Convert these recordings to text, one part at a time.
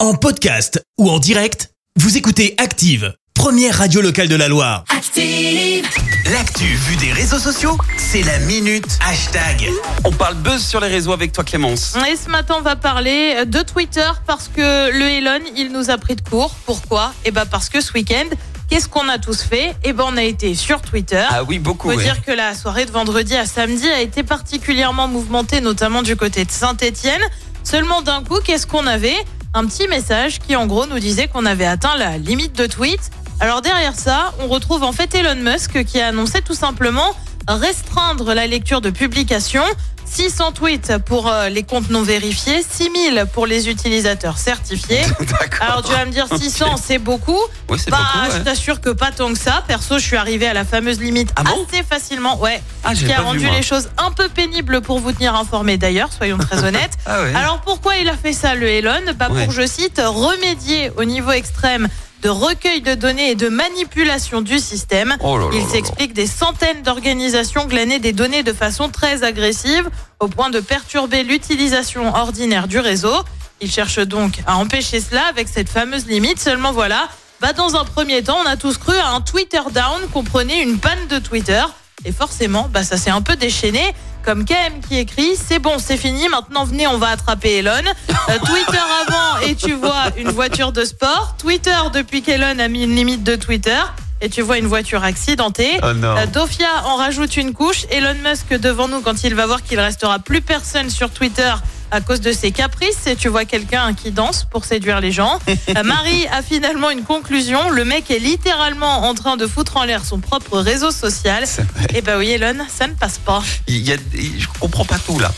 En podcast ou en direct, vous écoutez Active, première radio locale de la Loire. Active, L'actu vue des réseaux sociaux, c'est la minute hashtag. On parle buzz sur les réseaux avec toi Clémence. Et ce matin, on va parler de Twitter parce que le Elon, il nous a pris de court. Pourquoi Eh ben parce que ce week-end, qu'est-ce qu'on a tous fait Eh ben on a été sur Twitter. Ah oui, beaucoup. Faut ouais. dire que la soirée de vendredi à samedi a été particulièrement mouvementée, notamment du côté de Saint-Étienne. Seulement d'un coup, qu'est-ce qu'on avait Un petit message qui en gros nous disait qu'on avait atteint la limite de tweets. Alors derrière ça, on retrouve en fait Elon Musk qui a annoncé tout simplement restreindre la lecture de publications. 600 tweets pour euh, les comptes non vérifiés, 6000 pour les utilisateurs certifiés. D'accord. Alors tu vas me dire 600 c'est beaucoup, Oui, c'est bah, beaucoup. ouais. je t'assure que pas tant que ça. Perso, je suis arrivée à la fameuse limite Ah bon assez facilement. Ouais. Ah, Ce j'ai qui a pas vu, rendu moi. les choses un peu pénibles pour vous tenir informés d'ailleurs, soyons très honnêtes. Ah ouais. Alors pourquoi il a fait ça, le Elon bah, Ouais. Pour, je cite, remédier au niveau extrême de recueil de données et de manipulation du système. Oh là là là Il là. s'explique des centaines d'organisations glanaient des données de façon très agressive, au point de perturber l'utilisation ordinaire du réseau. Il cherche donc à empêcher cela avec cette fameuse limite. Seulement voilà, bah dans un premier temps, on a tous cru à un Twitter down, comprenez une panne de Twitter. Et forcément, bah ça s'est un peu déchaîné. Comme KM qui écrit, c'est bon, c'est fini, maintenant venez, on va attraper Elon. Euh, Twitter avant et tu vois une voiture de sport. Twitter depuis qu'Elon a mis une limite de Twitter et tu vois une voiture accidentée. Oh non. Euh, Dofia en rajoute une couche. Elon Musk devant nous quand il va voir qu'il restera plus personne sur Twitter à cause de ses caprices. Et tu vois quelqu'un qui danse pour séduire les gens. Euh, Marie a finalement une conclusion. Le mec est littéralement en train de foutre en l'air son propre réseau social. C'est vrai. Et bah oui, Elon, ça ne passe pas. Il y a- il- Je comprends pas tout là.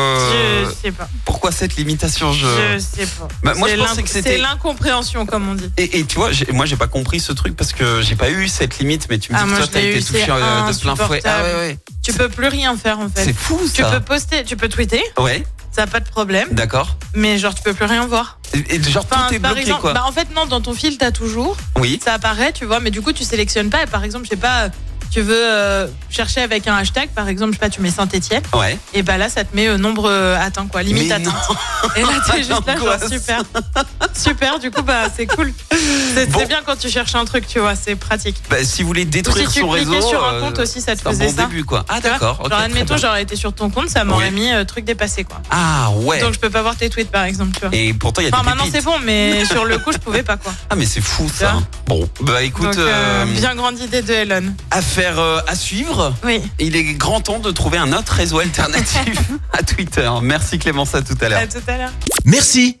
Je... Je sais pas. Pourquoi cette limitation Euh, je... Je sais pas. Bah, moi, je C'est pensais l'in- que c'était- c'est l'incompréhension, comme on dit. Et, et tu vois, j'ai- moi j'ai pas compris ce truc parce que j'ai pas eu cette limite, mais tu me Ah, dis que moi, toi je t'as l'ai été eu, touché c'est euh, de plein fouet. Ah ouais, ouais. Tu peux plus rien faire en fait. C'est fou Tu ça. peux poster, tu peux tweeter, Ouais, ça pas de problème, d'accord. mais genre tu peux plus rien voir. Et, et genre Enfin, tout est par bloqué exemple- quoi. bah, en fait, non, dans ton fil, t'as toujours. Oui. Ça apparaît, tu vois, mais du coup, tu sélectionnes pas. Et par exemple, je sais pas, tu veux euh, chercher avec un hashtag, par exemple, je sais pas, tu mets Saint-Etienne, Ouais. et bah là, ça te met euh, nombre euh, atteint, quoi, limite Mais atteinte. Et là, t'es juste là, genre, L'angoisse. super. super, du coup, bah, c'est cool. C'est c'est Bon. bien quand tu cherches un truc, tu vois, c'est pratique. Bah, si vous voulez Ou si détruire tu son cliquais réseau, sur un euh, compte aussi, ça te c'est un faisait bon ça. début quoi. Ah Tu vois d'accord. ok, genre, très admettons, bien. j'aurais été sur ton compte, ça m'aurait Oui. mis euh, truc dépassé, quoi. Ah ouais. Donc, je peux pas voir tes tweets, par exemple, tu vois. Et pourtant il y a Enfin, des maintenant, pépites. c'est bon, mais sur le coup, je pouvais pas, quoi. Ah mais c'est fou Tu ça. vois Bon, bah écoute, Donc, euh, euh, bien grande idée de Elon. affaire euh, à suivre. Oui. Il est grand temps de trouver un autre réseau alternatif à Twitter. Merci Clémence, à tout à l'heure. À tout à l'heure. Merci,